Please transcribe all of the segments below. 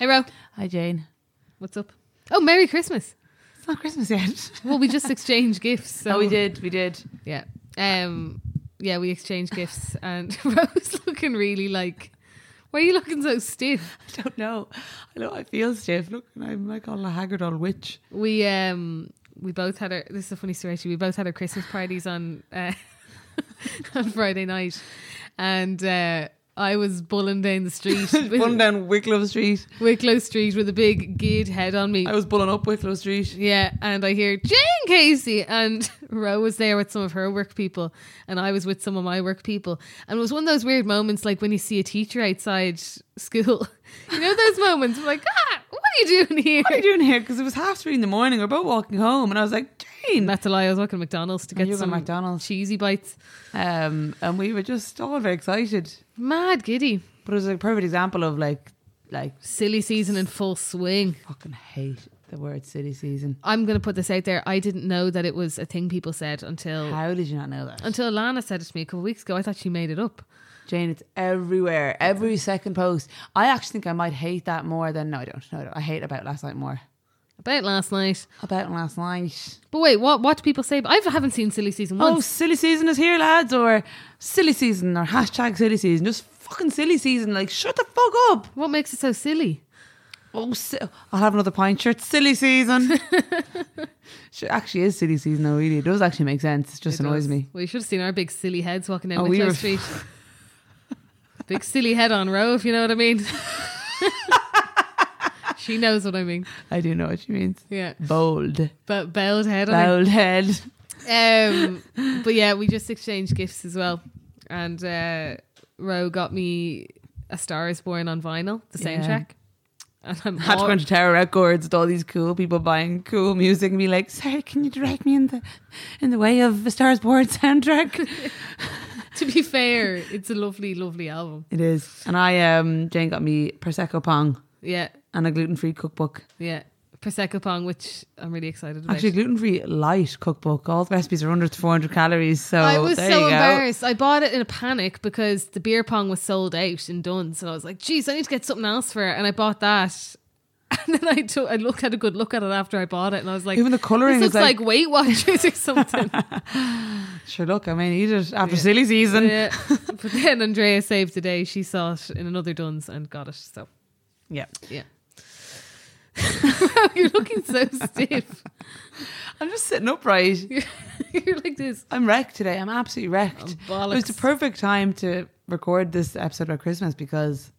Hi, Jane. What's up? Oh, Merry Christmas. It's not Christmas yet. Well, we just exchanged gifts. So Oh, we did. We did. Yeah. Um yeah, we exchanged gifts and Rose looking really like why are you looking so stiff? I don't know. I know I feel stiff. Look, and I'm like all a haggard old witch. We um we both had our this is a funny story actually. We both had our Christmas parties on uh, on Friday night. And uh I was bulling down the street Running with down Wicklow Street. Wicklow Street with a big geared head on me. I was bulling up Wicklow Street. Yeah, and I hear Jane Casey and Ro was there with some of her work people, and I was with some of my work people, and it was one of those weird moments like when you see a teacher outside school, you know those moments like ah, what are you doing here? What are you doing here? Because it was half three in the morning. We We're both walking home, and I was like, Jane. That's a lie. I was walking to McDonald's to you get were some McDonald's. cheesy bites. Um, and we were just all very excited. Mad giddy, But it was a perfect example of like, like silly season in full swing. fucking hate the word city season. I'm gonna put this out there. I didn't know that it was a thing people said until How did you not know that? until Lana said it to me a couple of weeks ago. I thought she made it up. Jane, it's everywhere. Every second post. I actually think I might hate that more than no, I don't. No, I, don't. I hate about last night more. About last night, About last night. but wait, what? What do people say? I haven't seen Silly Season once. Oh, silly season is here, lads, or silly season, or hashtag silly season. Just fucking silly season. Like, shut the fuck up. What makes it so silly? Oh, si- I'll have another pint shirt. Silly season. Sh- actually, is silly season though. Really, it does actually make sense. It just annoys me. We should have seen our big silly heads walking down Oh, the we were- Street. big silly head on row, if you know what I mean. she knows what I mean. I do know what she means. Yeah, Bold, but belled head on. bold head. Um, but yeah, we just exchanged gifts as well, and uh, Row got me "A Star Is Born" on vinyl, the Yeah. soundtrack, and I'm Had to all- go into Tower Records with all these cool people buying cool music and be like, "Sorry, can you direct me in the in the way of a Stars Board soundtrack?" to be fair, it's a lovely, lovely album. it is. And I, um, Jane got me prosecco pong Yeah, and a gluten free cookbook. yeah, Prosecco Pong, which I'm really excited about. Actually, gluten free light cookbook. All the recipes are under 400 calories. So I was there so you go. embarrassed. I bought it in a panic because the beer pong was sold out in Duns, and I was like, "Geez, I need to get something else for it." And I bought that, and then I took, I looked had a good look at it after I bought it, and I was like, Even the colouring this is looks like, like, Weight Watchers or something." sure, look, I may need it after silly season. Yeah. yeah. But then Andrea saved the day. She saw it in another Duns and got it. So yeah. You're looking so stiff. I'm just sitting upright. You're like this. I'm wrecked today. I'm absolutely Oh, wrecked. It was bollocks. the perfect time to record this episode about Christmas because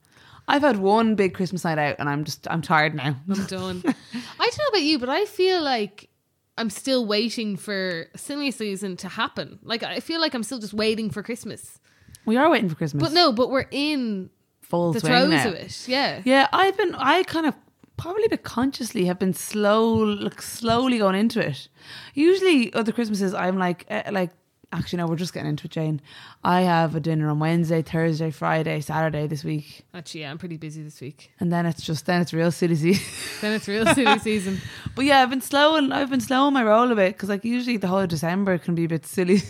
I've had one big Christmas night out and I'm just, I'm tired now. I'm done. I don't know about you, but I feel like I'm still waiting for silly season to happen. Like I feel like I'm still just waiting for Christmas. We are waiting for Christmas. But no, but we're in full the swing throes now. of it. Yeah. Yeah, I've been. I kind of probably a bit consciously have been slow, like slowly going into it. Usually, other Christmases, I'm like, eh, like actually, no, we're just getting into it, Jane. I have a dinner on Wednesday, Thursday, Friday, Saturday this week, Actually, yeah, I'm pretty busy this week. and then it's just then it's real silly season. Then it's real silly season. but yeah, I've been slow and I've been slow on my roll a bit because like usually the whole of December can be a bit silly.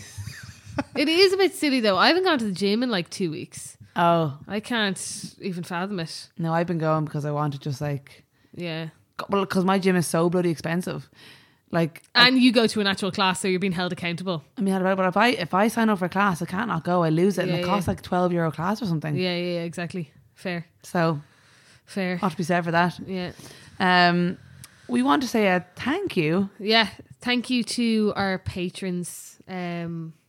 It is a bit silly though. I haven't gone to the gym in like two weeks. oh I can't even fathom it. no, I've been going because I want to just like, Yeah. well, because my gym is so bloody expensive. Like And you go to an actual class, so you're being held accountable. I mean, but if I if I sign up for a class, I can't not go. I lose it, Yeah, and it yeah. costs like twelve euro class or something. Yeah, yeah, yeah, exactly. Fair. So, Fair. ought to be said for that. Yeah. Um, we want to say a thank you. yeah thank you to our patrons um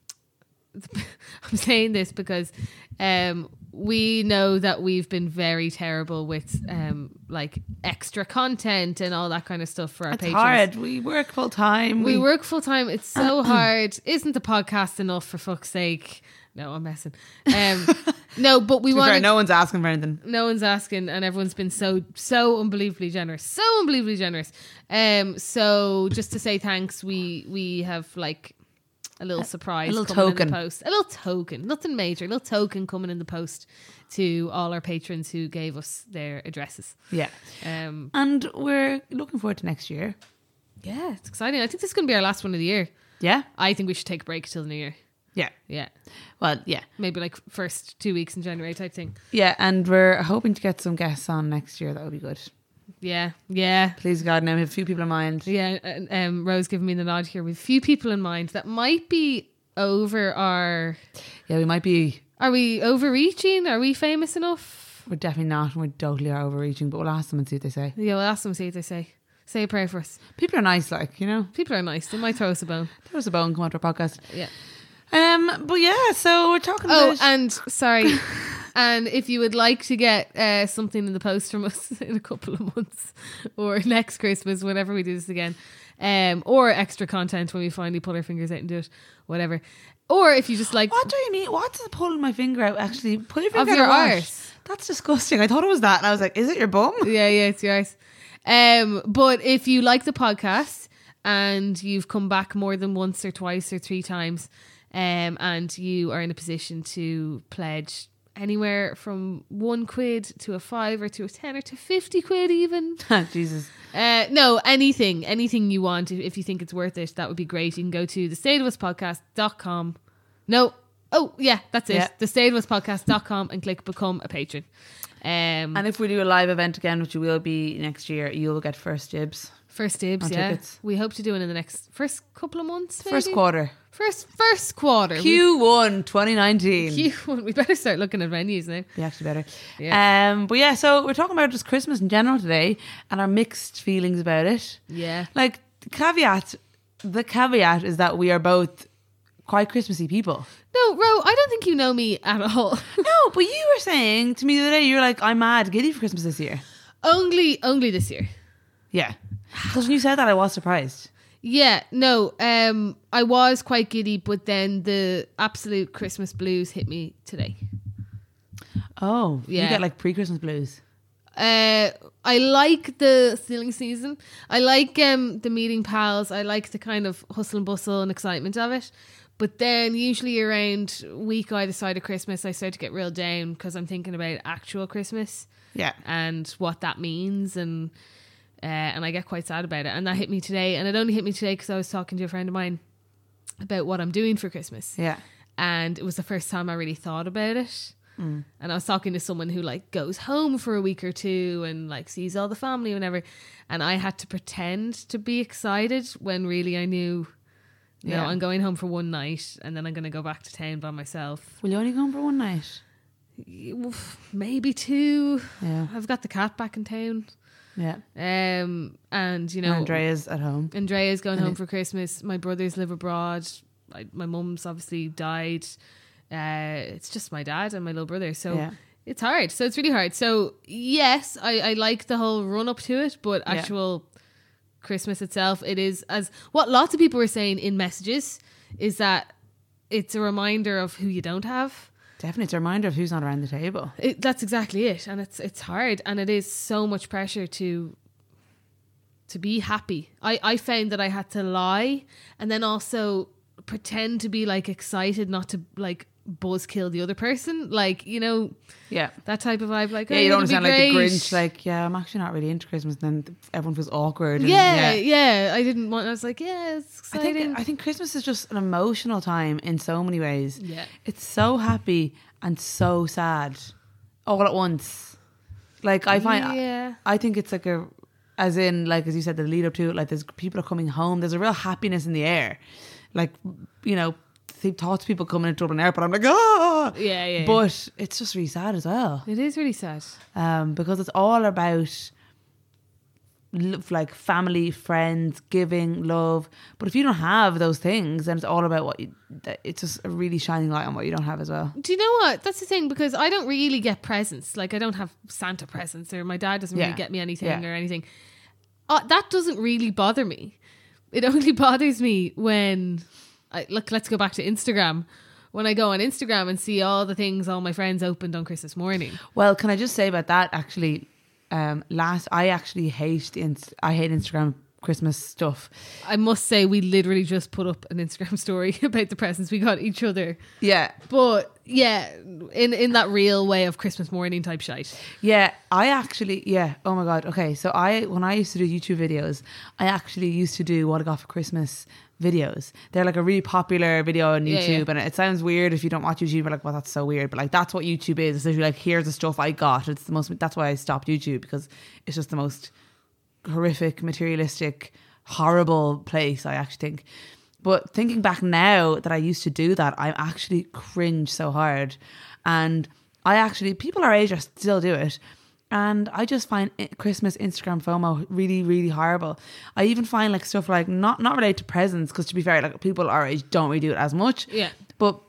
i'm saying this because um we know that we've been very terrible with um like extra content and all that kind of stuff for our It's patrons hard. We work full time. we work full time. It's so hard. Isn't the podcast enough for fuck's sake? No, I'm messing. Um, no, but we To be fair, want no one's asking for anything. no one's asking and everyone's been so so unbelievably generous so unbelievably generous um so just to say thanks we we have like a little surprise little coming in token. the post a little token nothing major a little token coming in the post to all our patrons who gave us their addresses Yeah, um and we're looking forward to next year. yeah it's exciting i think this is going to be our last one of the year Yeah, i think we should take a break till the new year yeah. yeah Well, yeah, maybe like first two weeks in january type thing yeah. And we're hoping to get some guests on next year. That would be good. Yeah, yeah. Please God, now we have a few people in mind. Yeah, and, um, Rose giving me the nod here with few people in mind that might be over our. Yeah, we might be. Are we overreaching? Are we famous enough? We're definitely not. and We're totally are overreaching, but we'll ask them and see what they say. Yeah, well, ask them, see what they say. Say a prayer for us. People are nice, like you know. People are nice. They might throw us a bone. There was a bone come out of our podcast. Yeah. Um, but yeah, so we're talking Oh, about. and sorry. and if you would like to get uh, something in the post from us in a couple of months or next Christmas, whenever we do this again, um, or extra content when we finally pull our fingers out and do it, whatever. Or if you just like what do you mean? What's the pulling my finger out? Actually, pull your finger your out what? arse. That's disgusting. I thought it was that, and I was like, "Is it your bum?" yeah, yeah, it's yours. Um, but if you like the podcast and you've come back more than once or twice or three times, um, and you are in a position to pledge anywhere from one quid to a five or to a ten or to fifty quid even. Jesus. Uh, no, anything, anything you want. If, if you think it's worth it, that would be great. You can go to thestateofuspodcast.com. No. Oh, yeah, that's it. Yeah. Thestateofuspodcast.com and click become a patron. Um, And if we do a live event again, which will be next year, you'll get first dibs, First dibs, On yeah. tickets. We hope to do it in the next first couple of months. Maybe? first quarter, First first quarter. Q1 2019. We, Q- we better start looking at venues now. Be actually better. Um, but yeah, so we're talking about just Christmas in general today and our mixed feelings about it. Yeah. Like caveat, the caveat is that we are both quite Christmassy people. No, Ro, I don't think you know me at all. no, but you were saying to me the other day, you're like, I'm mad giddy for Christmas this year. only only this year. Yeah, because when you said that, I was surprised. Yeah, no, um I was quite giddy, but then the absolute Christmas blues hit me today. Oh, you Yeah. get like pre-Christmas blues. Uh, I like the stealing season. I like um the meeting pals. I like the kind of hustle and bustle and excitement of it. But then usually around week either side of Christmas, I start to get real down because I'm thinking about actual Christmas Yeah. and what that means and uh, and I get quite sad about it. And that hit me today. And it only hit me today because I was talking to a friend of mine about what I'm doing for Christmas Yeah. and it was the first time I really thought about it. And I was talking to someone who like goes home for a week or two and like sees all the family whenever, and I had to pretend to be excited when really I knew, no, Yeah. I'm going home for one night and then I'm going to go back to town by myself. Will you only come for one night? Maybe two. Yeah. I've got the cat back in town, Yeah. um, and you know Andrea's at home. Andrea's going home for Christmas. My brothers live abroad. I, my mum's obviously died. Uh, it's just my dad and my little brother. So Yeah. it's hard. So it's really hard. So yes, I, I like the whole run up to it, but Yeah. actual Christmas itself, it is as what lots of people were saying in messages is that it's a reminder of who you don't have. Definitely, it's a reminder of who's not around the table. It, that's exactly it, and it's it's hard, and it is so much pressure to to be happy. I I found that I had to lie, and then also pretend to be like excited, not to like buzzkill the other person, like you know Yeah. that type of vibe. Like Yeah, oh, you don't it'll sound be like the great. Grinch. Like, yeah, I'm actually not really into Christmas. And then everyone feels awkward. and- yeah, yeah, I didn't want. I was like, yeah, it's I exciting. think I think Christmas is just an emotional time in so many ways. Yeah. It's so happy and so sad all at once. Like I find Yeah. I, think it's like a as in like as you said the lead up to it like there's people are coming home there's a real happiness in the air. Like you know th- thoughts of people coming into Dublin Airport I'm like ah yeah, yeah, but it's just really sad as well it is really sad. um, because it's all about lo- like family, friends, giving, love. But if you don't have those things, then it's all about what you, that- it's just a really shining light on what you don't have as well. Do you know what? That's the thing because I don't really get presents. Like I don't have Santa presents, or my dad doesn't Yeah. really get me anything Yeah. or anything. Uh, that doesn't really bother me. It only bothers me when I look. Let's go back to Instagram. When I go on Instagram and see all the things all my friends opened on Christmas morning. Well, can I just say about that actually? Um, last I actually hate the inst- I hate Instagram Christmas stuff. I must say, we literally just put up an Instagram story about the presents we got each other. Yeah, But yeah, in in that real way of Christmas morning type shite. Yeah, I actually, yeah. Oh my god. Okay, so I when I used to do YouTube videos, I actually used to do what I got for Christmas videos. They're like a really popular video on Yeah, YouTube, yeah. and it sounds weird if you don't watch YouTube. You're like, well, that's so weird. But like, that's what YouTube is. It's literally like, here's the stuff I got. It's the most. That's why I stopped YouTube because it's just the most horrific, materialistic, horrible place. I actually think. But thinking back now that I used to do that, I actually cringe so hard, and I actually people our age are still do it, and I just find i- Christmas Instagram FOMO really, really horrible. I even find like stuff like not not related to presents because to be fair, like people our age don't really do it as much. Yeah. But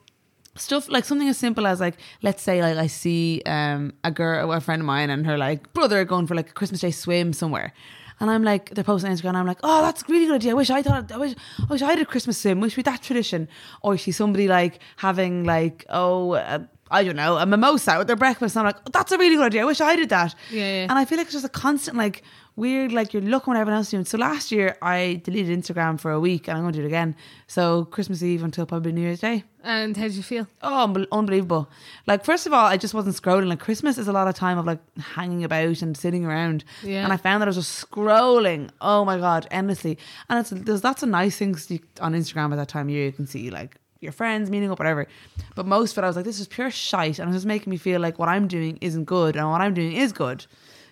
stuff like something as simple as like let's say like I see um a girl a friend of mine and her like brother are going for like a Christmas Day swim somewhere. And I'm like, they're posting on Instagram. And I'm like, oh, that's a really good idea. I wish I thought, I wish, I wish I had a Christmas swim. Wish we had that tradition. Or she's somebody like having like, oh, uh, I don't know, a mimosa with their breakfast. And I'm like, oh, that's a really good idea. I wish I did that. Yeah, yeah. And I feel like it's just a constant like weird like you're looking what everyone else is doing. So last year I deleted Instagram for a week, and I'm going to do it again. So Christmas Eve until probably New Year's Day. And how did you feel? Oh, unbel- unbelievable. Like, first of all, I just wasn't scrolling. Like, Christmas is a lot of time of like hanging about and sitting around. Yeah. And I found that I was just scrolling. Oh my God, endlessly. And it's there's lots of nice things you, on Instagram at that time of year. You can see like your friends meeting up, whatever. But most of it, I was like, this is pure shite. And it was making me feel like what I'm doing isn't good and what I'm doing is good.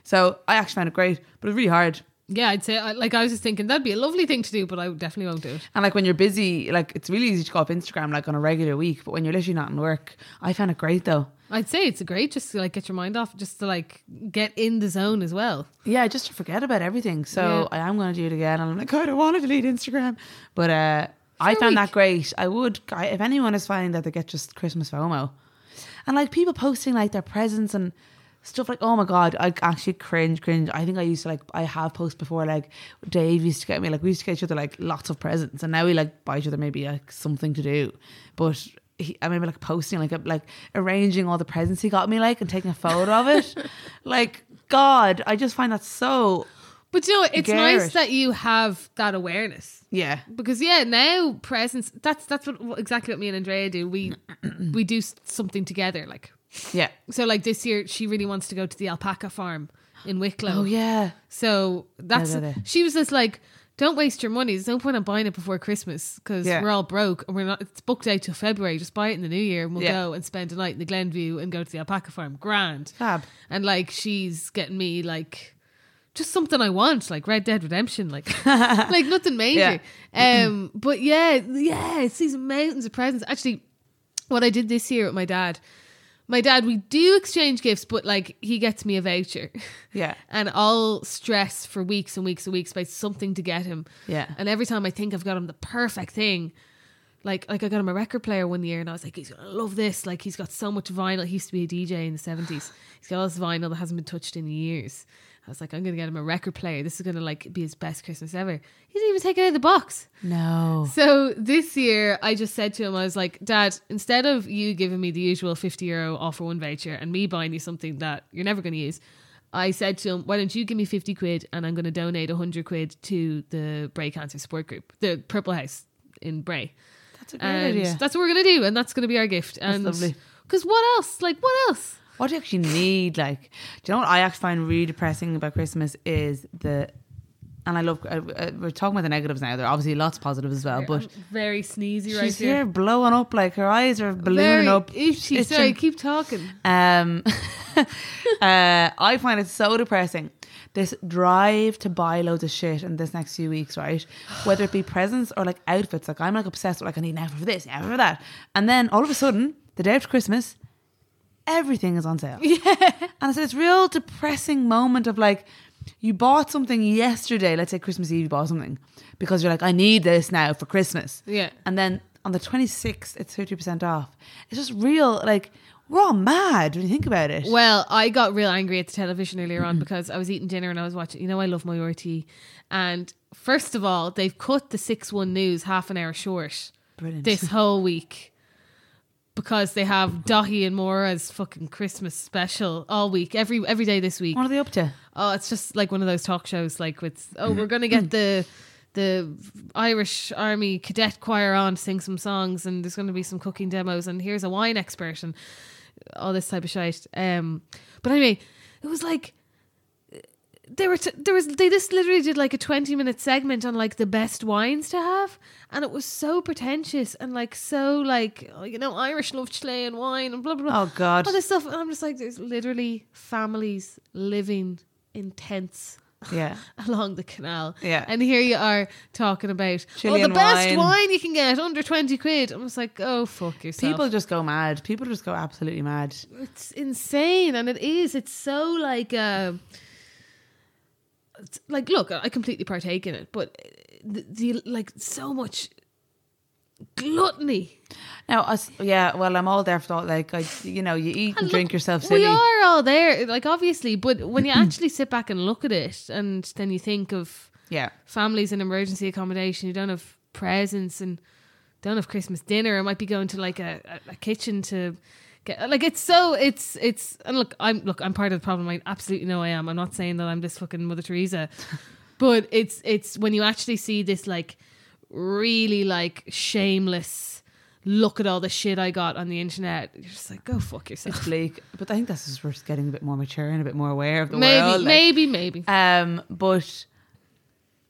So I actually found it great, but it was really hard. Yeah, I'd say I, like I was just thinking that'd be a lovely thing to do, but I definitely won't do it. And like when you're busy, like it's really easy to go up Instagram like on a regular week. But when you're literally not in work, I found it great though. I'd say it's great just to like get your mind off, just to like get in the zone as well. Yeah, just to forget about everything. So I am going to do it again. And I'm like, I don't want to delete Instagram. But uh, I a found week. that great. I would, I, if anyone is finding that they get just Christmas FOMO and like people posting like their presents and stuff like, oh my God, I actually cringe, cringe. I think I used to like, I have posts before, like Dave used to get me, like we used to get each other like lots of presents. And now we like buy each other maybe like something to do. But he, I remember like posting, like, a- like arranging all the presents he got me, like, and taking a photo of it. like, God, I just find that so But you know, what? it's nice Garrett. that you have that awareness Yeah. because yeah, now presence. That's that's what what- exactly what me and Andrea do. We we do s- something together. Like Yeah. so, like this year, she really wants to go to the alpaca farm in Wicklow. Oh yeah. So that's Yeah, yeah, yeah. she was just like, don't waste your money. There's no point in buying it before Christmas because Yeah. we're all broke and we're not. It's booked out till February. Just buy it in the new year and we'll Yeah. go and spend a night in the Glenview and go to the alpaca farm. Grand. Fab. And like she's getting me like just something I want, like Red Dead Redemption, like like nothing major. Um, but yeah, yeah, it's these mountains of presents. Actually, what I did this year with my dad, my dad, we do exchange gifts, but like he gets me a voucher. Yeah. and I'll stress for weeks and weeks and weeks about something to get him. Yeah. And every time I think I've got him the perfect thing, like like I got him a record player one year, and I was like, he's gonna love this. Like he's got so much vinyl. He used to be a DJ in the seventies. He's got all this vinyl that hasn't been touched in years. I was like, I'm gonna get him a record player. This is gonna like be his best Christmas ever. He didn't even take it out of the box. No. So this year, I just said to him, I was like, Dad, instead of you giving me the usual 50 euro offer one voucher and me buying you something that you're never going to use, I said to him, Why don't you give me 50 quid and I'm going to donate 100 quid to the Bray Cancer Support Group, the Purple House in Bray. That's a great And idea. that's what we're going to do. And that's going to be our gift. And lovely. Because what else? Like, what else? What do you actually need? Like, do you know what I actually find really depressing about Christmas is the, and I love. Uh, uh, we're talking about the negatives now. There are obviously lots of positives as well, Uh, but I'm very sneezy right she's here. here blowing up. Like her eyes are ballooning Very up. itchy. It's Sorry, in- keep talking. Um, uh, I find it so depressing. This drive to buy loads of shit in this next few weeks, right? Whether it be presents or like outfits, like I'm like obsessed with like I need an outfit for this, an outfit for that, and then all of a sudden, the day after Christmas, everything is on sale. Yeah, and I said it's real depressing moment of like you bought something yesterday. Let's say Christmas Eve, you bought something because you're like I need this now for Christmas. Yeah. And then on the 26th, it's 30% off. It's just real, like, we're all mad when you think about it. Well, I got real angry at the television earlier on because I was eating dinner and I was watching. You know, I love my RT, and first of all, they've cut the six one news half an hour short Brilliant. this whole week. because they have Dottie and Mora's fucking Christmas special all week, every every day this week. What are they up to? Oh, it's just like one of those talk shows, like with oh, we're gonna get the the Irish Army Cadet Choir on to sing some songs, and there's gonna be some cooking demos, and here's a wine expert, and all this type of shit. Um, but anyway, it was like there were t- there was they just literally did like a 20 minute segment on like the best wines to have and it was so pretentious and like so like oh, you know Irish love Chilean wine and blah blah blah Oh, God. all this stuff and I'm just like there's literally families living in tents Yeah. along the canal Yeah. and here you are talking about oh the Chilean best wine. wine you can get under 20 quid I'm just like oh fuck yourself People just go mad. People just go absolutely mad. it's insane and it is it's so like uh it's- like look i completely partake in it but uh, the, the like so much gluttony Now, us, yeah, well, I'm all there for that. Like, I, you know, you eat and, And drink look, yourself silly. we are all there like obviously but when you actually sit back and look at it and then you think of Yeah. families in emergency accommodation who don't have presents and don't have Christmas dinner. I might be going to like a, a, a kitchen to get like it's so it's it's and look I'm look I'm part of the problem. I absolutely know I am. I'm not saying that I'm this fucking Mother Teresa, but it's it's when you actually see this like really like shameless look at all the shit I got on the internet. You're just like go fuck It's yourself. bleak. But I think that's just we're just getting a bit more mature and a bit more aware of the Maybe world. like- maybe maybe. Um, but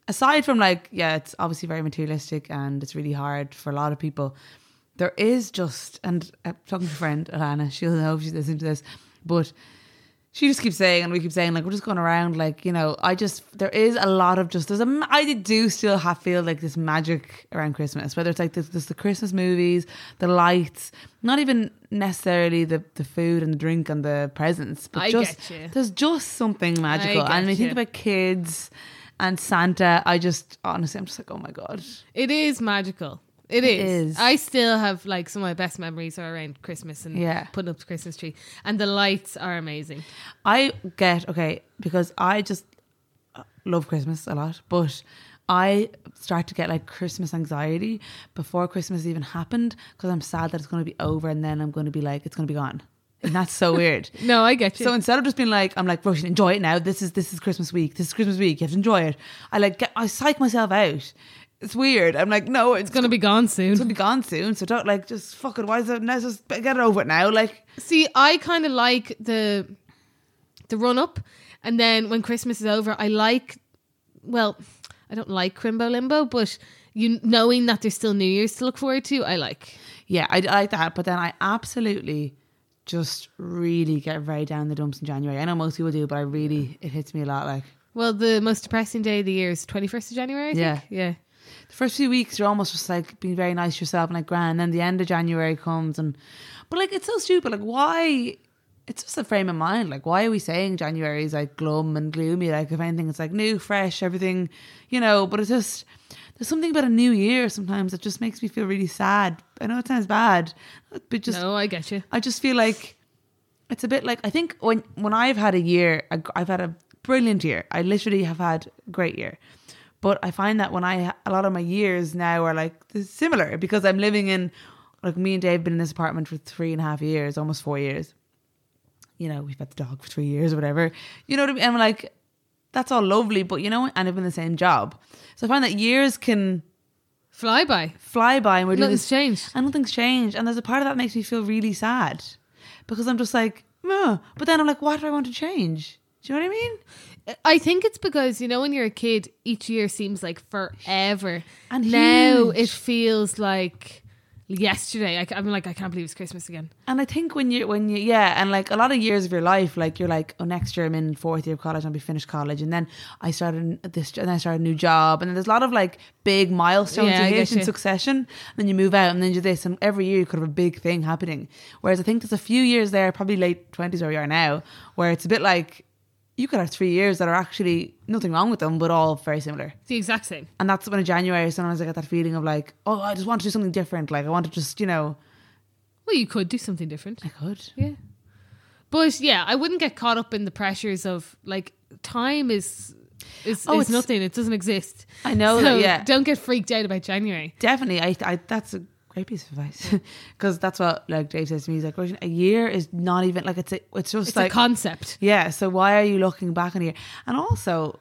aside from like, yeah, it's obviously very materialistic and it's really hard for a lot of people. There is just, and I'm talking to a friend, Alana, she'll know if she's listening to this, but she just keeps saying, and we keep saying, like, we're just going around, like, you know, I just, there is a lot of just, there's a, ma- I do still have, feel like this magic around Christmas, whether it's like this, this the Christmas movies, the lights, not even necessarily the, the food and the drink and the presents, but I just, get you. there's just something magical. get And when you think you. about kids and Santa, I just honestly, I'm just like, oh my god, It is magical. It is. It is. I still have like some of my best memories are around Christmas and Yeah. putting up the Christmas tree, and the lights are amazing. I get okay because I just uh, love Christmas a lot, but I start to get like Christmas anxiety before Christmas even happened because I'm sad that it's going to be over and then I'm going to be like, it's going to be gone, and that's so weird. No, I get you. So instead of just being like, I'm like, Russian, enjoy it now. This is this is Christmas week. This is Christmas week. You have to enjoy it. I like get I psych myself out. It's weird. I'm like, no, it's it's gonna be gone it's soon. gonna be gone soon. So don't like just fuck it. Why is it? Let's just get it over it now. Like See, I kind of like the the run up, and then when Christmas is over, I like. Well, I don't like Crimbo Limbo, but you knowing that there's still New Year's to look forward to, I like. yeah, I, I like that. But then I absolutely just really get very down the dumps in January. I know most people do, but I really it hits me a lot. Like Well, the most depressing day of the year is twenty first of January. I think. Yeah. yeah. the first few weeks, you're almost just like being very nice to yourself and like grand. And then the end of January comes, and but like it's so stupid. Like why? It's just a frame of mind. Like why are we saying January is like glum and gloomy? Like if anything, it's like new, fresh, everything, you know. But it's just there's something about a new year sometimes that just makes me feel really sad. I know it sounds bad, but just no, I get you. I just feel like it's a bit like I think when when I've had a year, a gr- I've had a brilliant year. I literally have had a great year, but I find that when I a lot of my years now are like similar because I'm living in like me and Dave have been in this apartment for three and a half years, almost four years. You know, we've had the dog for three years or whatever. You know what I mean? I'm like, that's all lovely, but you know, and I've been in the same job, so I find that years can Fly by. fly by, and we're doing this Nothing's changed. and nothing's changed. And there's a part of that makes me feel really sad because I'm just like, "Meh." but then I'm like, why do I want to change? Do you know what I mean? I think it's because you know when you're a kid, each year seems like forever, And now huge. it feels like yesterday. I, am like, I can't believe it's Christmas again. And I think when you when you yeah, and like a lot of years of your life, like you're like, oh, next year I'm in fourth year of college, I'll be finished college, and then I started this, and I started a new job, and then there's a lot of like big milestones Yeah, I you hit get in you. succession. And then you move out, and then you do this, and every year you could have a big thing happening. Whereas I think there's a few years there, probably late twenties where we are now, where it's a bit like you could have three years that are actually nothing wrong with them, but all very similar. It's the exact same. And that's when in January sometimes I get that feeling of like, oh, I just want to do something different. Like I want to just, you know, Well, you could do something different. I could. Yeah, but yeah, I wouldn't get caught up in the pressures of like time is is, Oh, is it's- nothing. It doesn't exist. I know So that, yeah. don't get freaked out about January. Definitely, I, I that's a great piece of advice because that's what like Dave says to me. He's like, "Roisin, a year is not even like it's a, it's just It's like a concept. yeah. So why are you looking back on a year? And also,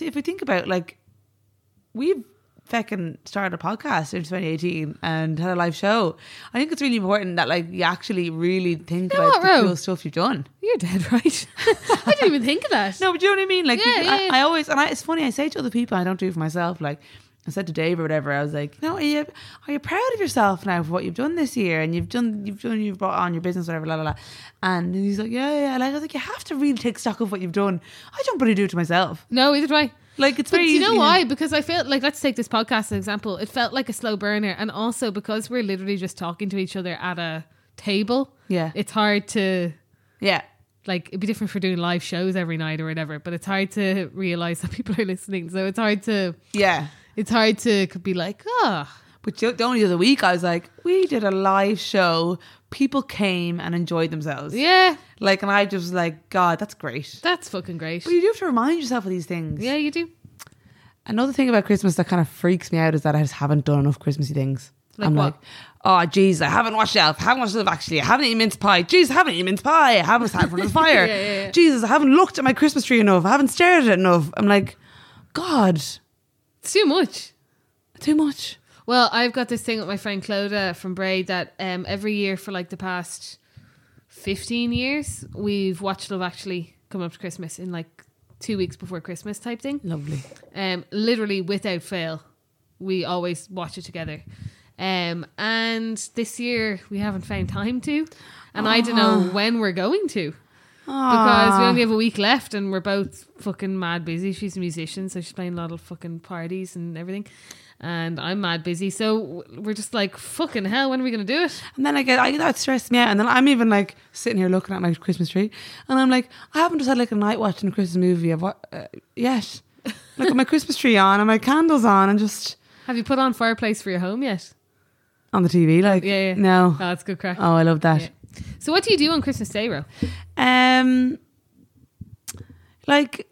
if we think about like we've fucking started a podcast in 2018 and had a live show. I think it's really important that like you actually really think You know what, about the Ro? cool stuff you've done. You're dead right. I didn't even think of that. No, but do you know what I mean? Like, Yeah, people- yeah, I, I always, and I, it's funny, I say to other people, I don't do it for myself. Like, I said to Dave or whatever, I was like, you know, are you, are you proud of yourself now for what you've done this year? And you've done, you've done, you've brought on your business, whatever, la, la, la. And he's like, yeah, yeah. Like, I was like, you have to really take stock of what you've done. I don't really do it to myself. No, either do I. Like, it's But very do you know easy- why? Because I felt like let's take this podcast as an example. It felt like a slow burner, and also because we're literally just talking to each other at a table. Yeah. it's hard to Yeah. like it'd be different for doing live shows every night or whatever. But it's hard to realize that people are listening, so it's hard to Yeah. it's hard to could be like, oh, But the the only other week, I was like, we did a live show. People came and enjoyed themselves. yeah, Like, and I just was like, God, that's great. that's fucking great. But you do have to remind yourself of these things. Yeah, you do. Another thing about Christmas that kind of freaks me out is that I just haven't done enough Christmassy things. Like I'm what? like, oh, geez, I haven't washed out. I haven't washed up actually. I haven't eaten mince pie. Jeez, I haven't eaten mince pie. I haven't sat in front of the fire. Yeah, yeah, yeah. Jesus, I haven't looked at my Christmas tree enough. I haven't stared at it enough. I'm like, God, It's too much. too much. Well, I've got this thing with my friend Clodagh from Braid that um, every year for like the past 15 years, we've watched Love Actually come up to Christmas in like two weeks before Christmas type thing. Lovely. Um, literally without fail, we always watch it together. Um, and this year we haven't found time to, and I don't know when we're going to because we only have a week left and we're both fucking mad busy. She's a musician, so she's playing a lot of fucking parties and everything. And I'm mad busy, so w- we're just like fucking hell. When are we gonna do it? And then I get I, that stressed me out. And then I'm even like sitting here looking at my Christmas tree, and I'm like, I haven't just had like a night watching a Christmas movie. I've wa- uh, yet. Look at my Christmas tree on and my candles on and just Have you put on fireplace for your home yet? on the TV. Like, Yeah, yeah. no. Oh, that's good crack. Oh, I love that. So what do you do on Christmas Day, Ro? Um, like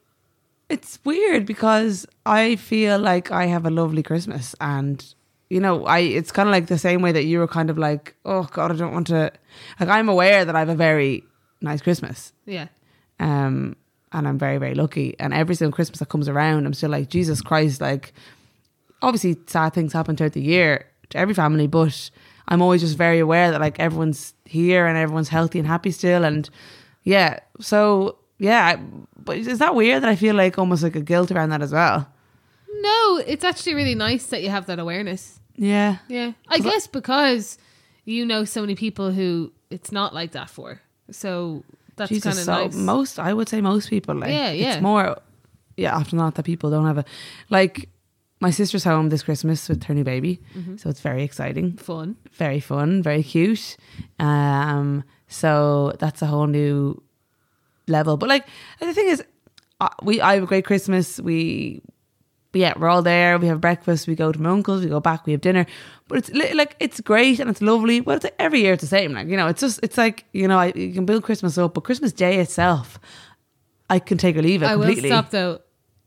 it's weird because I feel like I have a lovely Christmas, and you know, I it's kind of like the same way that you were kind of like, oh God, I don't want to. Like I'm aware that I have a very nice Christmas, Yeah, um, and I'm very very lucky. And every single Christmas that comes around, I'm still like Jesus Christ. Like, obviously, sad things happen throughout the year to every family, but I'm always just very aware that like everyone's here and everyone's healthy and happy still. And yeah, so yeah, I, but is that weird that I feel like almost like a guilt around that as well? no, it's actually really nice that you have that awareness. Yeah, Yeah, I guess because you know so many people who it's not like that for, so that's kind Jesus. of So nice. most, I would say most people like. Yeah, yeah. It's more, yeah, often not that people don't have a like. My sister's home this Christmas with her new baby, Mm-hmm. so it's very exciting. Fun. very fun, very cute. Um, so that's a whole new level. But like the thing is, uh, we I have a great Christmas. We yeah, we're all there. We have breakfast. We go to my uncle's. We go back. We have dinner. But it's li- like it's great and it's lovely. But it's, every year it's the same. Like you know, it's just it's like you know I, you can build Christmas up, but Christmas Day itself, I can take or leave it I will completely. stop though.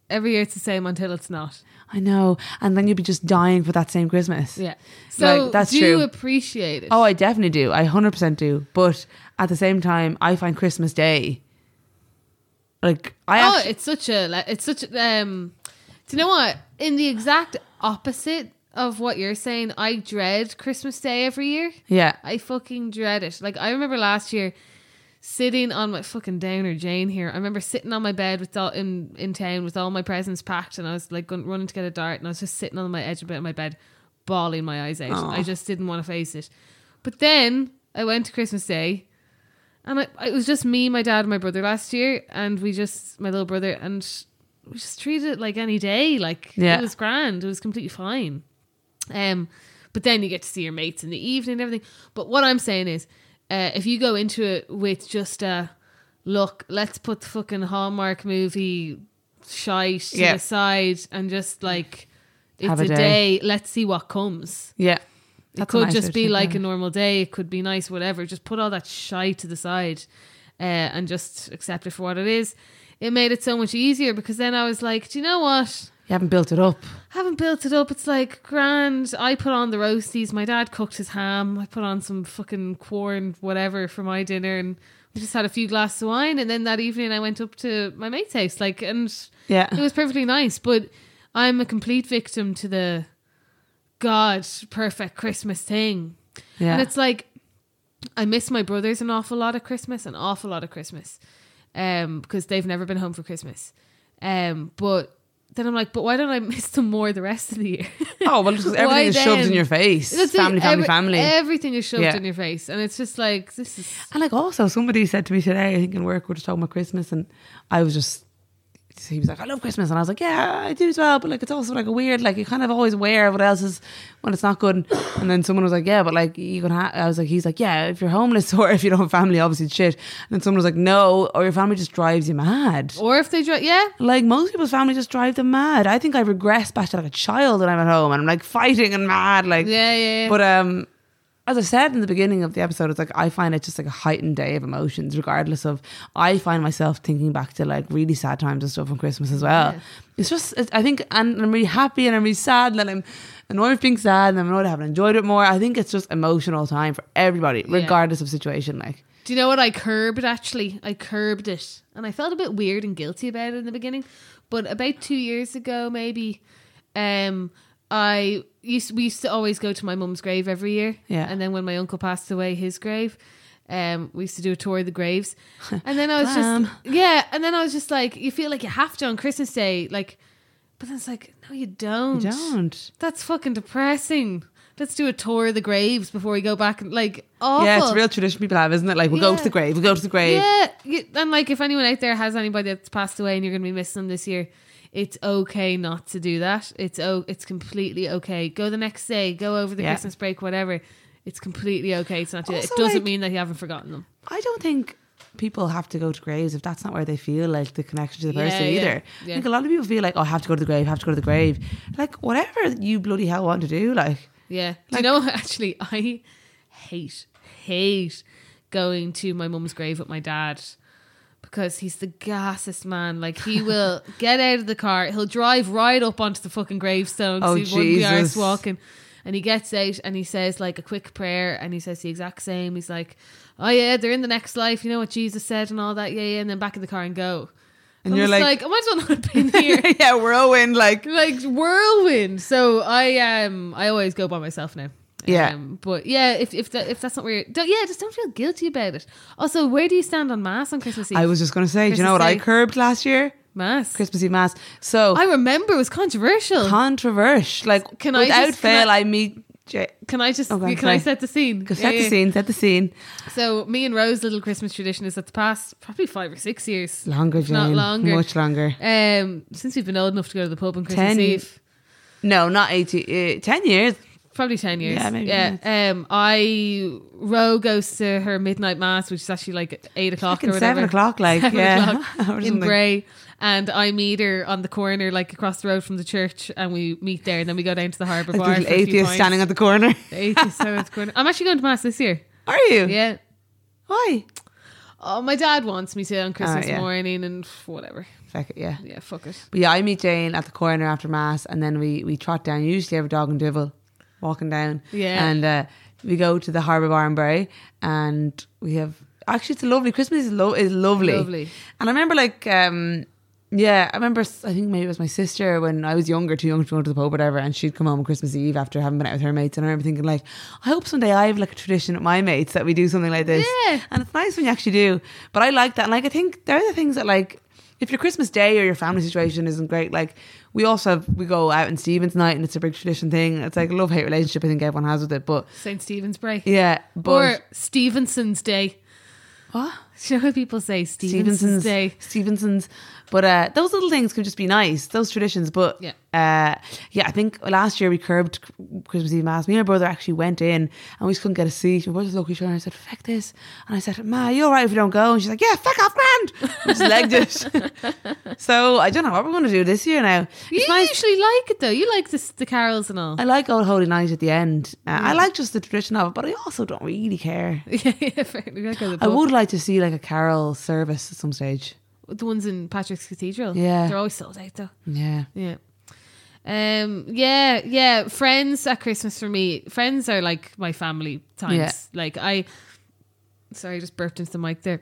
Every year it's the same until it's not. I know, and then you'll be just dying for that same Christmas. Yeah. So that's do you true. appreciate it? Oh, I definitely do. I 100% do. But at the same time, I find Christmas Day like I Oh, actually, it's such a like, it's such a, um. Do you know what? In the exact opposite of what you're saying, I dread Christmas Day every year. yeah. I fucking dread it. Like I remember last year sitting on my fucking downer Jane here. I remember sitting on my bed with all in in town with all my presents packed and I was like going, running to get a dart and I was just sitting on my edge of bed my bed bawling my eyes out. I just didn't want to face it. But then I went to Christmas Day and I, it was just me, my dad, and my brother last year and we just my little brother and we just treated it like any day. Like Yeah. it was grand. It was completely fine. Um, but then you get to see your mates in the evening and everything. But what I'm saying is, uh, if you go into it with just a look, let's put the fucking Hallmark movie shite to Yeah. the side and just like it's Have a, a day. day. Let's see what comes. Yeah. It could just be like a normal day. It could be nice, whatever. Just put all that shite to the side uh, and just accept it for what it is. It made it so much easier because then I was like, do you know what? You haven't built it up. haven't built it up. It's like grand. I put on the roasties. My dad cooked his ham. I put on some fucking corn, whatever, for my dinner, and we just had a few glasses of wine. And then that evening, I went up to my mate's house, like, and Yeah. it was perfectly nice. But I'm a complete victim to the God perfect Christmas thing. Yeah. And it's like I miss my brothers an awful lot of Christmas, an awful lot of Christmas. Um, because they've never been home for Christmas. Um, but then I'm like, but why don't I miss them more the rest of the year? oh, well, because everything Why is shoved in then? your face. That's the- family, family, every- family. Everything is shoved Yeah. in your face. And it's just like this is and like also somebody said to me today, I think in work we we're just talking about Christmas and I was just he was like, I love Christmas and I was like, Yeah, I do as well, but like it's also like a weird like you kind of always aware of what else is when it's not good and then someone was like, Yeah, but like you can ha-. I was like he's like, Yeah, if you're homeless or if you don't have family, obviously it's shit. And then someone was like, No, or your family just drives you mad. or if they drive yeah, Like most people's family just drive them mad. I think I regress back to like a child when I'm at home and I'm like fighting and mad. Like Yeah, yeah, yeah. But um, as I said in the beginning of the episode, it's like I find it just like a heightened day of emotions, regardless of. I find myself thinking back to like really sad times and stuff on Christmas as well. Yeah. It's just it, I think, and I'm really happy and I'm really sad, and then I'm annoyed with being sad, and I'm annoyed I haven't enjoyed it more. I think it's just emotional time for everybody, Yeah. regardless of situation. Like Do you know what I curbed actually? I curbed it. And I felt a bit weird and guilty about it in the beginning. But about two years ago maybe, um I used we used to always go to my mum's grave every year. Yeah. And then when my uncle passed away, his grave, um, we used to do a tour of the graves. And then I was Glam. just Yeah, and then I was just like, you feel like you have to on Christmas Day, like but then it's like, no you you don't. don't. That's fucking depressing. Let's do a tour of the graves before we go back and like awful. Yeah, it's a real tradition people have, isn't it? Like we'll go Yeah. to the grave, we'll go to the grave. Yeah, you- and like if anyone out there has anybody that's passed away and you're going to be missing them this year, it's okay not to do that. It's oh, it's completely okay. Go the next day. Go over the Yeah. Christmas break, whatever. It's completely okay to not do that. It Also, doesn't like- mean that you haven't forgotten them. I don't think people have to go to graves if that's not where they feel like the connection to the Yeah, person yeah, either. yeah. I think a lot of people feel like, oh, I have to go to the grave, have to go to the grave. Like, whatever you bloody hell want to do, like, Yeah. Like- do you know, actually, I hate, hate going to my mum's grave with my dad because he's the gassest man. Like, he will get out of the car, he'll drive right up onto the fucking gravestone Oh, he wouldn't be Jesus. arsed walking. And he gets out and he says, like, a quick prayer and he says the exact same. He's like, oh, yeah, they're in the next life. You know what Jesus said and all that. Yeah, yeah. And then back in the car and go. And I'm you're just like- I might as well not have been here yeah, we're Owen, like, like whirlwind. So I um I always go by myself now. Yeah. Um, but yeah, if if that, if that's not where you're, don't, yeah, just don't feel guilty about it. Also, where do you stand on mass on Christmas Eve? I was just going to say, do you know what I Christmas Day. curbed last year? mass. Christmas Eve Mass. So, I remember it was controversial. controversial. Like, Can I without just- can fail, I- I, meet. J- can I just Oh, go on, can I sorry. set the scene? Set Yeah, the yeah. scene, set the scene. So me and Rose little Christmas tradition is that the past probably five or six years, Longer, if not Jane, longer, Much longer. um, since we've been old enough to go to the pub on Christmas Ten- Eve. No, not 80, uh, 10 years. probably 10 years Yeah, maybe, um i ro goes to her midnight mass which is actually like at 8 o'clock Fucking or whatever 7 o'clock, like, Seven yeah. Or o'clock in something. Bray, and I meet her on the corner, like across the road from the church, and we meet there, and then we go down to the harbour Like, the bar. little for a few atheist pints. standing at the corner. The atheist standing at the corner. I'm actually going to mass this year. Are you? Yeah. Why? Oh, my dad wants me to on Christmas Alright, Oh, yeah. morning, and f- whatever. Fuck it, yeah. Yeah, fuck it. But yeah, I meet Jane at the corner after mass, and then we we trot down. Usually, every dog and devil walking down. Yeah. and uh, we go to the Harbour Bar in Bury, and we have actually it's a lovely Christmas is, lo- is lovely. Lovely. And I remember like um yeah, I remember s- I think maybe it was my sister when I was younger, too young to go to the pub or whatever, and she'd come home on Christmas Eve after having been out with her mates, and I remember thinking like, I hope someday I have like a tradition with my mates that we do something like this. Yeah. And it's nice when you actually do. But I like that. And like I think there are the things that like if your Christmas day or your family situation isn't great, like we also have, we go out in Stephen's night and it's a big tradition thing. It's like a love hate relationship I think everyone has with it. But St. Stephen's break. yeah, or but Stevenson's Day. what? Do you know how people say Stevenson's, Day? Stevenson's. But uh, those little things can just be nice, those traditions. But Yeah. uh, yeah, I think last year we curbed Christmas Eve Mass. Me and my brother actually went in and we just couldn't get a seat. My brother's lucky sure. And I said, fuck this. And I said, Ma, you're right if you don't go. And she's like, yeah, fuck off, grand. We just legged it. so I don't know what we're going to do this year now. You It's nice. usually like it though. You like this, the carols and all. I like Old Holy Night at the end. Uh, I like just the tradition of it, but I also don't really care. yeah, yeah, fair. We gotta go to the I pub. would like to see like a carol service at some stage. The ones in Patrick's Cathedral. Yeah. They're always sold out though. Yeah. Yeah. Um. Yeah. Yeah. Friends at Christmas for me. Friends are like my family times. Yeah. Like I. Sorry, I just burped into the mic there.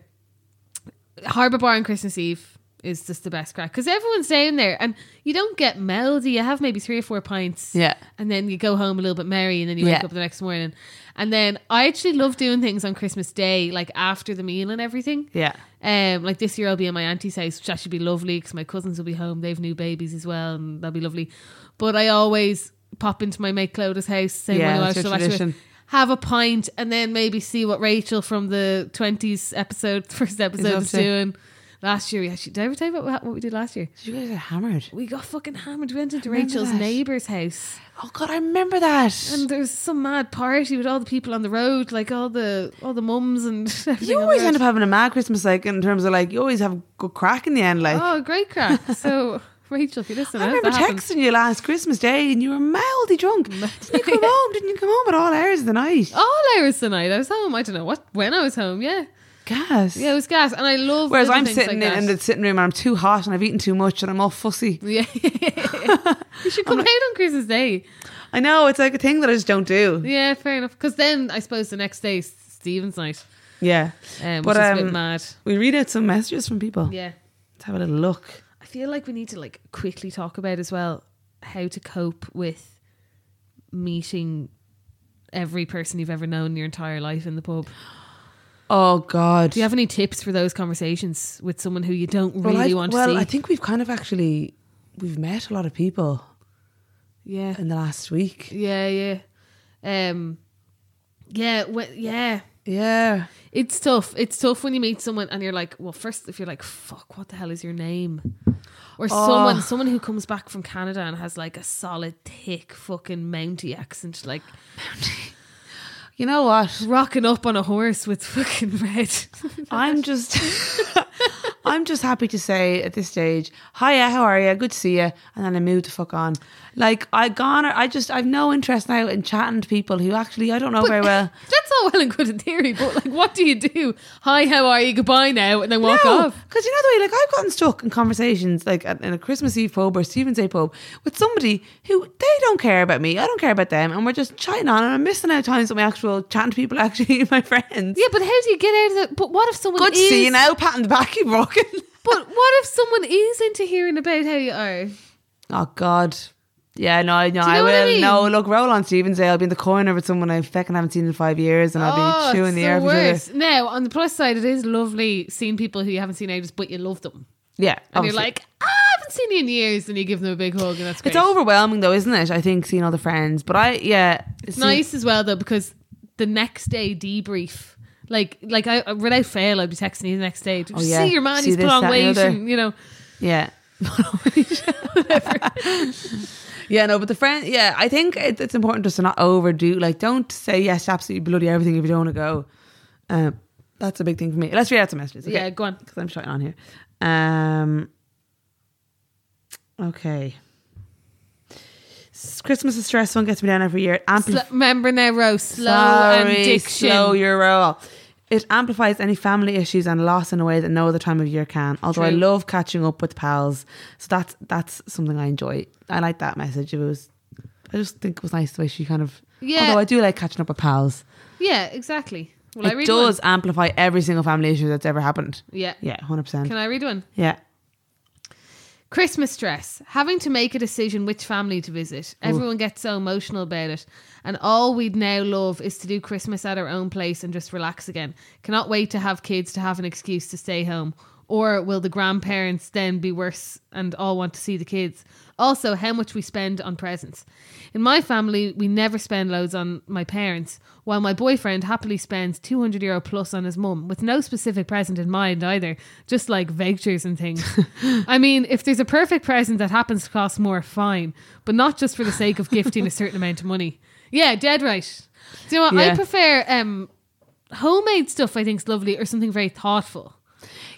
Harbour Bar on Christmas Eve is just the best crack because everyone's down there and you don't get melody. You have maybe three or four pints. Yeah. And then you go home a little bit merry and then you wake Yeah. up the next morning. And then I actually love doing things on Christmas Day, like after the meal and everything. Yeah. Um, like this year, I'll be at my auntie's house, which actually be lovely because my cousins will be home. They've new babies as well, and that'll be lovely. But I always pop into my mate Clodagh's house, say Yeah, yeah, that's your tradition. have a pint, and then maybe see what Rachel from the twenties episode, first up episode, is to. doing. Last year, we actually did I ever tell you about what- what we did last year? You guys are hammered. We got fucking hammered. We went into remember Rachel's that. neighbour's house, Oh God, I remember that. and there was some mad party with all the people on the road, like all the all the mums and. Everything you on the always road. end up having a mad Christmas, like in terms of like you always have good crack in the end. Like Oh, great crack! So. Rachel, if you listen, I remember that happened. texting you last Christmas Day, and you were mouthy drunk. Didn't you come home? Didn't you come home at all hours of the night? all hours tonight. I was home. I don't know what when I was home. Yeah, Gas. yeah, it was gas, and I love. Whereas little I'm things sitting like in, in that. the sitting room and I'm too hot and I've eaten too much and I'm all fussy. yeah, you should come out on Christmas Day. I know it's like a thing that I just don't do. Yeah, fair enough. Because then I suppose the next day is Stephen's night, Yeah, um, which But, is a um, bit mad. we read out some messages from people. Yeah, Let's have a little look. I feel like we need to like quickly talk about as well how to cope with meeting every person you've ever known in your entire life in the pub. Oh God. Do you have any tips for those conversations with someone who you don't well, really I, want well to see? I think we've kind of actually we've met a lot of people yeah, in the last week. Yeah, yeah. Um yeah, wh- yeah. Yeah. It's tough. It's tough when you meet someone and you're like, well, first if you're like, fuck, what the hell is your name? Or Oh. someone someone who comes back from Canada and has like a solid thick fucking mounty accent like You know what? rocking up on a horse with fucking red. I'm just I'm just happy to say at this stage, hiya, how are you? Good to see you. And then I moved the fuck on. Like I gone I just I've no interest now in chatting to people who actually I don't know Oh, very well. That's all well and good in theory, but like what do you do? Hi, how are you? Goodbye now and then walk off. Because you know the way, like I've gotten stuck in conversations, like at, in a Christmas Eve pub or Stephen's Day pub, with somebody who they don't care about me, I don't care about them, and we're just chatting on, and I'm missing out times with my actual chatting to people, actually my friends. Yeah, but how do you get out of the but what if someone Good to is see you now, pat on the back, keep walking. But what if someone is into hearing about how you are? oh God. Yeah, no, no, I know will. what I mean? No, look, roll on Stephen's Day. I'll be in the corner with someone I fucking haven't seen in five years, and I'll be chewing oh, it's the air for each other. worst. Now, on the plus side, it is lovely seeing people who you haven't seen ages, but you love them. Yeah, And obviously. you're like, "Ah, I haven't seen you in years. And you give them a big hug, and that's great. it's overwhelming though, isn't it? I think seeing other friends, but I yeah, It's nice as well, though, because the next day debrief. Like, like I I- without fail, I'd be texting you the next day. Did you Oh, yeah. see your man? See he's put this, that, on and the weight, other. and you know. Yeah. yeah, no, but the friend, yeah, I think it, it's important just to not overdo. Like, don't say yes to absolutely bloody everything if you don't want to go. Um, that's a big thing for me. Let's read out some messages, okay? Yeah, go on. Because I'm shouting on here. Um, okay. S- Christmas is stressful and gets me down every year. It ampli- Sl- remember now, Rose. Slow and Sorry, diction. slow your roll. It amplifies any family issues and loss in a way that no other time of year can. Although I True. love catching up with pals, so that's that's something I enjoy. I like that message. It was, I just think it was nice the way she kind of. Yeah. Although I do like catching up with pals, yeah, exactly. Will I it read does amplify every single family issue that's ever happened. one? Yeah. Yeah, hundred percent. Can I read one? Yeah, Christmas stress, having to make a decision which family to visit. Everyone gets so emotional about it. And all we'd now love is to do Christmas at our own place and just relax again. Cannot wait to have kids to have an excuse to stay home. Or will the grandparents then be worse and all want to see the kids? Also, how much we spend on presents. In my family, we never spend loads on my parents, while my boyfriend happily spends 200 euro plus on his mum, with no specific present in mind either, just like vouchers and things. I mean, if there's a perfect present that happens to cost more, fine, but not just for the sake of gifting a certain amount of money. Yeah, dead right. Do you know what? Yeah. I prefer um, homemade stuff, I think, is lovely, or something very thoughtful.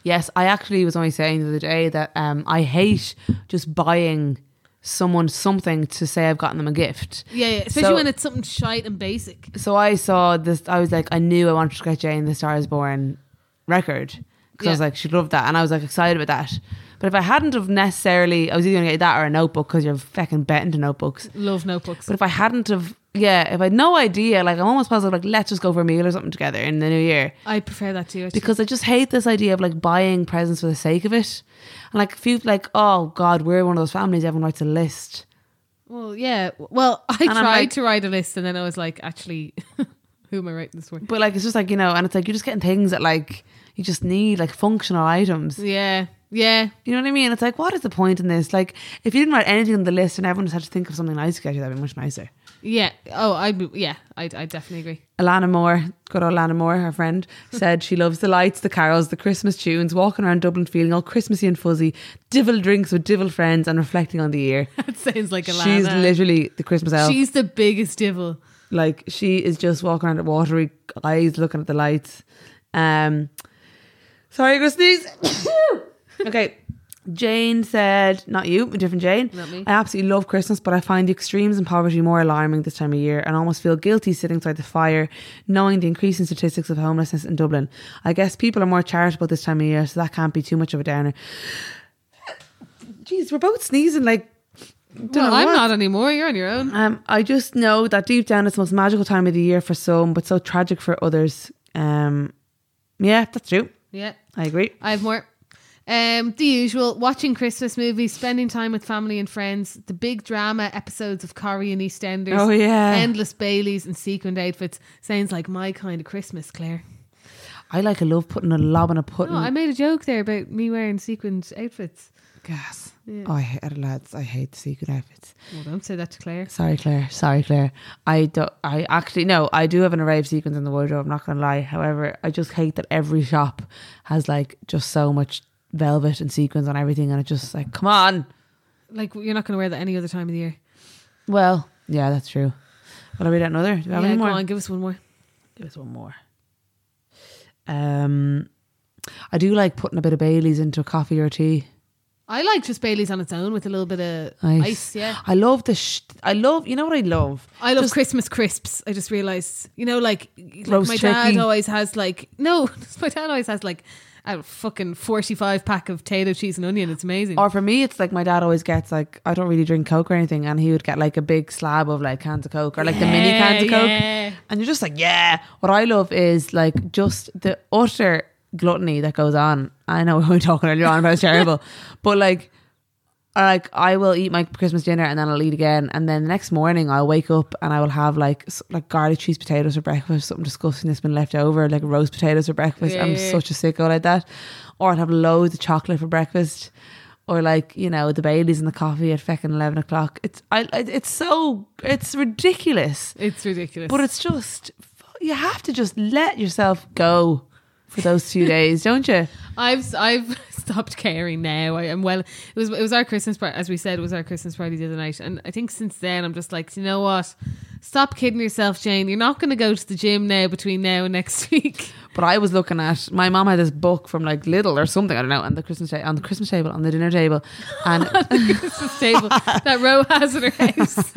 yes. I actually was only saying the other day that um, I hate just buying someone something to say I've gotten them a gift. Yeah, yeah. especially So- when it's something shite and basic. So I saw this. I was like, I knew I wanted to get Jane the Star Is Born record because I was Yeah. like, she loved that, and I was like excited about that. But if I hadn't have necessarily, I was either going to get that or a notebook because you're fucking betting to notebooks. Love notebooks. But if I hadn't have, yeah, if I had no idea, like I'm almost positive, like let's just go for a meal or something together in the new year I prefer that too. Actually. because I just hate this idea of like buying presents for the sake of it. And like, few like, oh God, we're one of those families, everyone writes a list. well, yeah. Well, I I'm tried like- to write a list, and then I was like, actually, who am I writing this for? But like, it's just like, you know, and it's like, you're just getting things that like, you just need like functional items. Yeah, yeah. You know what I mean? It's like, what is the point in this? Like, if you didn't write anything on the list and everyone just had to think of something nice to get you, that'd be much nicer. Yeah. Oh, I yeah, I I definitely agree. Alana Moore, good old Alana Moore, her friend, said she loves the lights, the carols, the Christmas tunes, walking around Dublin feeling all Christmassy and fuzzy, divil drinks with divil friends and reflecting on the year. That sounds like Alana. She's literally the Christmas elf. She's the biggest devil. like she is just walking around at watery eyes, looking at the lights. Um, sorry, I'm gonna sneeze. okay. Jane said, not you, a different Jane. Not me. I absolutely love Christmas, but I find the extremes and poverty more alarming this time of year and almost feel guilty sitting beside the fire, knowing the increasing statistics of homelessness in Dublin. I guess people are more charitable this time of year, so that can't be too much of a downer. Jeez, we're both sneezing like. don't Well, know I'm what. not anymore. You're on your own. Um, I just know that deep down it's the most magical time of the year for some, but so tragic for others. Um, yeah, that's true. Yeah. I agree. I have more. Um, the usual watching Christmas movies, spending time with family and friends, the big drama episodes of Corrie and EastEnders. Oh, yeah. endless Baileys and sequined outfits sounds like my kind of Christmas, Claire. I like a love putting a lob on a pudding. No, I made a joke there about me wearing sequined outfits. Gas. Yeah. Oh, I hate it, lads. I hate the secret outfits. Well, don't say that to Claire. Sorry, Claire. Sorry, Claire. I do. I actually no. I do have an array of sequins in the wardrobe. I'm not gonna lie. However, I just hate that every shop has like just so much velvet and sequins on everything, and it just like, come on. Like you're not going to wear that any other time of the year. Well, yeah, that's true. What are we at another? Do we have yeah, any more? go on, give us one more. Give us one more. Um, I do like putting a bit of Bailey's into a coffee or a tea. I like just Baileys on its own with a little bit of Ice. ice. yeah, I love the. Sh- I love. You know what I love? I love Just- Christmas crisps. I just realized, you know, like, like Roast my dad turkey. always has like no, my dad always has like a fucking forty-five pack of potato cheese and onion. It's amazing. Or for me, it's like my dad always gets like I don't really drink Coke or anything, and he would get like a big slab of like cans of Coke or like the mini cans of Coke, yeah. and you're just like, yeah. What I love is like just the utter gluttony that goes on. I know we were talking earlier on about it's terrible, but like or, like I will eat my Christmas dinner and then I'll eat again, and then the next morning I'll wake up and I will have like s- like garlic cheese potatoes for breakfast, something disgusting that's been left over, like roast potatoes for breakfast. I'm Yeah. such a sicko like that, or I'd have loads of chocolate for breakfast, or like you know the Baileys and the coffee at fucking eleven o'clock. It's I I- it's so it's ridiculous, It's ridiculous. but it's just you have to just let yourself go for those two days, don't you? I've I've stopped caring now. I am well. It was it was our Christmas party, as we said, it was our Christmas party the other night, and I think since then I'm just like, you know what? Stop kidding yourself, Jane. You're not going to go to the gym now between now and next week. But I was looking at my mom had this book from like little or something I don't know on the Christmas ta- on the Christmas table on the dinner table, and Christmas table that Ro has in her house.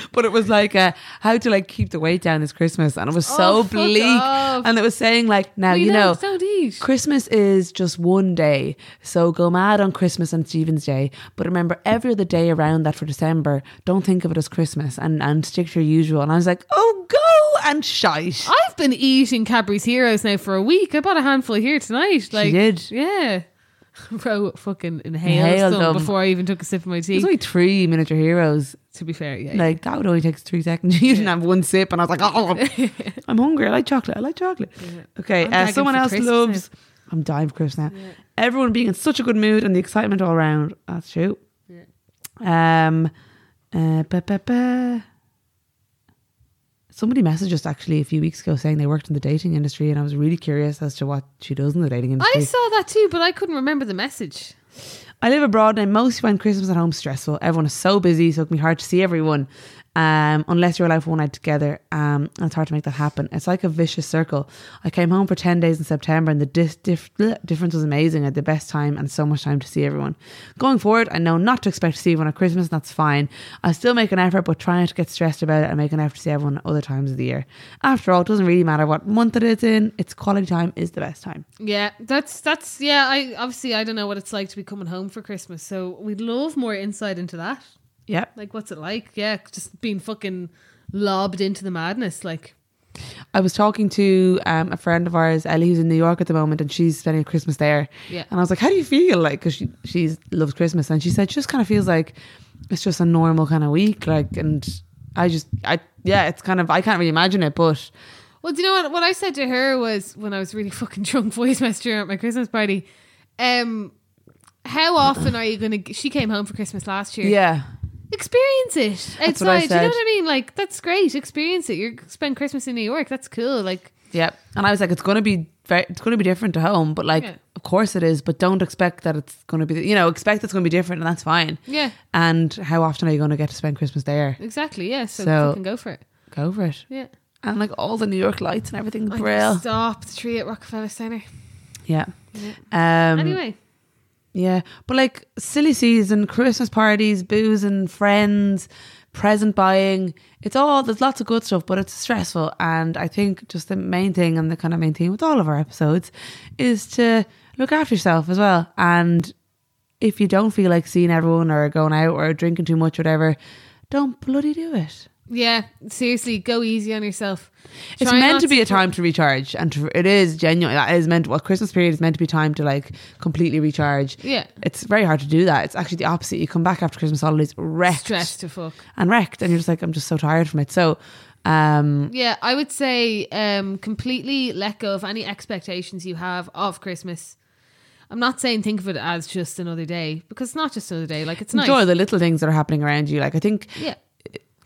but it was like uh, how to like keep the weight down this Christmas, and it was so Oh, fuck bleak, off. and it was saying like now We you know. don't eat. Christmas is just one day, so go mad on Christmas and Stephen's Day. But remember, every other day around that for December, don't think of it as Christmas and, and stick to your usual. And I was like, oh, go and shite. I've been eating Cadbury's Heroes now for a week. I bought a handful here tonight. Like, did. yeah. Ro fucking inhaled, Inhaled some them. before I even took a sip of my tea. There's only three miniature heroes to be fair, yeah. Like that would only take three seconds. You didn't have one sip, and I was like, oh, I'm hungry. I like chocolate. I like chocolate. Okay, I'm uh, gagging someone for else crisps now. loves. I'm dying for crisps now. Everyone being in such a good mood and the excitement all around. That's true. Um, uh, ba, ba, ba. Somebody messaged us actually a few weeks ago saying they worked in the dating industry, and I was really curious as to what she does in the dating I industry. saw that too, but I couldn't remember the message. I live abroad and I mostly find Christmas at home stressful. Everyone is so busy, so it can be hard to see everyone. um, unless you're allowed for one night together. Um, and it's hard to make that happen. It's like a vicious circle. I came home for 10 days in September and the dis- dif- bleh, difference was amazing. I had the best time and so much time to see everyone. Going forward, I know not to expect to see everyone at Christmas, and that's fine. I still make an effort, but try not to get stressed about it and make an effort to see everyone at other times of the year. After all, it doesn't really matter what month it is in, it's quality time is the best time. Yeah, that's that's yeah. I obviously I don't know what it's like to be coming home for Christmas, so we'd love more insight into that. Yep. Like, what's it like? Yeah, just being fucking lobbed into the madness. Like, I was talking to um, a friend of ours, Ellie, who's in New York at the moment, and she's spending Christmas there. Yeah. And I was like, "How do you feel?" Like, because she she loves Christmas, and she said she just kind of feels like it's just a normal kind of week. Like, and I just, I yeah, it's kind of I can't really imagine it, but well, do you know what? What I said to her was when I was really fucking drunk, voice messaging her at my Christmas party. Um, how often are you gonna? g- She came home for Christmas last year. yeah, experience it outside. what I You know said. what I mean? Like, that's great. Experience it. You spend Christmas in New York. That's cool. Like, yeah. And I was like, it's gonna be very, it's gonna be different to home, but like, Yeah. of course it is, but don't expect that it's gonna be, you know, expect it's gonna be different, and that's fine. yeah, And how often are you gonna get to spend Christmas there? exactly. Yeah. So, So- fucking go for it. Go for it. Yeah. And like all the New York lights and everything, I brill. Stop the tree at Rockefeller Center. Yeah. Um, anyway, Yeah, but like silly season, Christmas parties, booze and friends, present buying. It's all there's lots of good stuff, but it's stressful. And I think just the main thing and the kind of main theme with all of our episodes is to look after yourself as well. And if you don't feel like seeing everyone or going out or drinking too much, whatever, don't bloody do it. yeah, seriously, go easy on yourself. It's Try meant not to be a time to recharge, and to, it is genuine. That is meant. Well, Christmas period is meant to be time to like completely recharge. Yeah. it's very hard to do that. It's actually the opposite. You come back after Christmas holidays wrecked Stressed to fuck. and wrecked, and you're just like, I'm just so tired from it. So, um, Yeah, I would say um, completely let go of any expectations you have of Christmas. I'm not saying think of it as just another day because it's not just another day. Like it's enjoy nice. the little things that are happening around you. Like I think, Yeah.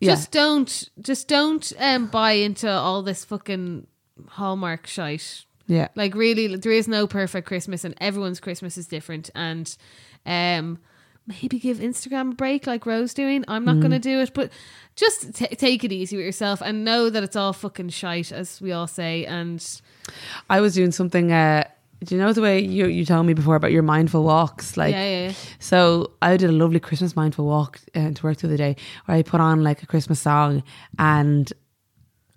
yeah, Just don't just don't um, buy into all this fucking Hallmark shite. yeah, Like really there is no perfect Christmas and everyone's Christmas is different and um maybe give Instagram a break like Rose doing. I'm not going to Mm. do it, but just t- take it easy with yourself and know that it's all fucking shite as we all say and I was doing something. Uh, do you know the way you you told me before about your mindful walks? Like, yeah, yeah, yeah. So I did a lovely Christmas mindful walk uh, to work the other day where I put on like a Christmas song and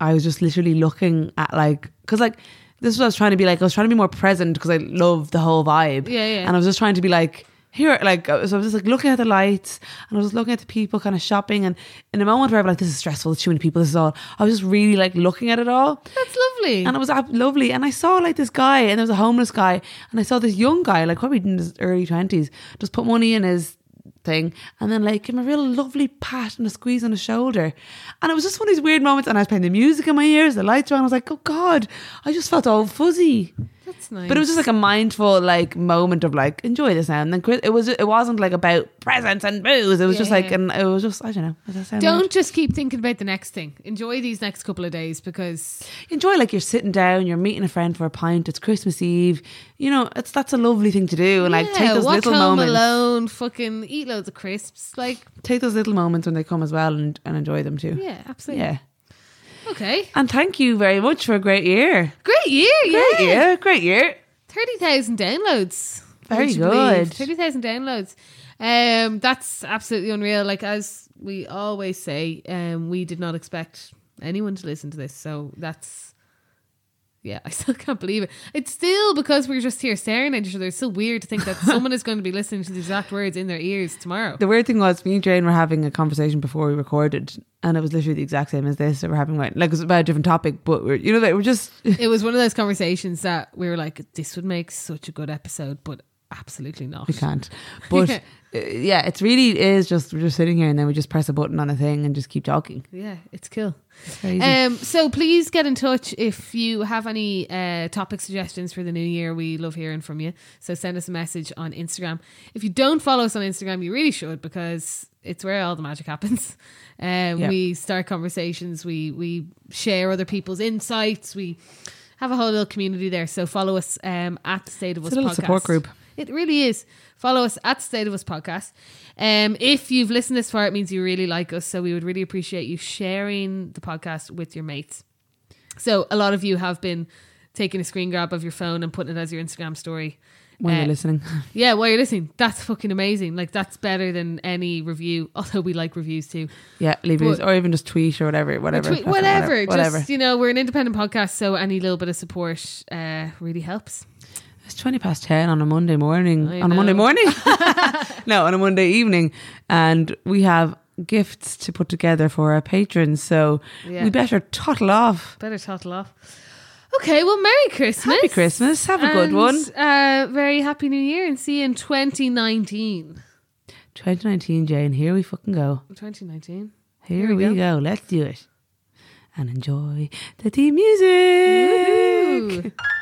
I was just literally looking at like, because like this was what I was trying to be like, I was trying to be more present because I love the whole vibe. Yeah, yeah. And I was just trying to be like, here, like, so I was just like looking at the lights and I was looking at the people kind of shopping. And in a moment where I'm like, this is stressful, there's too many people, this is all, I was just really like looking at it all. That's lovely. And it was ab- lovely. And I saw like this guy, and there was a homeless guy, and I saw this young guy, like probably in his early twenties, just put money in his thing, and then like give him a real lovely pat and a squeeze on his shoulder. And it was just one of these weird moments. And I was playing the music in my ears, the lights were on. I was like, oh god, I just felt all fuzzy. That's nice. But it was just like a mindful like moment of like enjoy this now. And then Chris- it was it wasn't like about presents and booze. It was Yeah, just like yeah. and it was just I don't know. Does that sound weird? don't just keep thinking about the next thing. Enjoy these next couple of days because enjoy like you're sitting down you're meeting a friend for a pint it's christmas eve you know it's that's a lovely thing to do and like take Yeah, those watch little Home moments Alone, fucking eat loads of crisps. Like, take those little moments when they come as well and, and enjoy them too yeah, absolutely. yeah Okay. and thank you very much for a great year Great year, great yeah. year great year 30,000 downloads. Very Would you believe? good. 30,000 downloads. Um, that's absolutely unreal. Like, as we always say, um, we did not expect anyone to listen to this. So that's, yeah, I still can't believe it. It's still because we're just here staring at each other. It's still weird to think that someone is going to be listening to the exact words in their ears tomorrow. the weird thing was me and Jane were having a conversation before we recorded and it was literally the exact same as this that we're having right like it was about a different topic but we're you know they were just it was one of those conversations that we were like, this would make such a good episode, but absolutely not. we can't but Yeah. uh, yeah it's really is just we're just sitting here and then we just press a button on a thing and just keep talking Yeah, it's cool. it's crazy Um, so please get in touch if you have any uh, topic suggestions for the new year. We love hearing from you. So send us a message on Instagram. If you don't follow us on Instagram, you really should because it's where all the magic happens. Um, Yeah. We start conversations. We we share other people's insights. We have a whole little community there. So follow us um, at State of Us It's a little Podcast. support group. It really is. Follow us at State of Us Podcast. Um, if you've listened this far, it means you really like us. So we would really appreciate you sharing the podcast with your mates. So a lot of you have been taking a screen grab of your phone and putting it as your Instagram story. when Uh, you're listening. yeah, while you're listening, that's fucking amazing. Like that's better than any review. Although we like reviews too. Yeah, leave it, but- or even just tweet or whatever, whatever, Tweet- fucking whatever, whatever. Just you know, we're an independent podcast, so any little bit of support uh, really helps. It's twenty past ten on a Monday morning. I on a Monday know. morning? no, on a Monday evening, and we have gifts to put together for our patrons. So Yeah. we better toddle off. Better tottle off. Okay, well, Merry Christmas. Happy Christmas. Have a good And, one. Uh, very happy New Year and see you in 2019. 2019, Jane. Here we fucking go. 2019. Here, Here we we go. Let's do it and enjoy the theme music. Woohoo.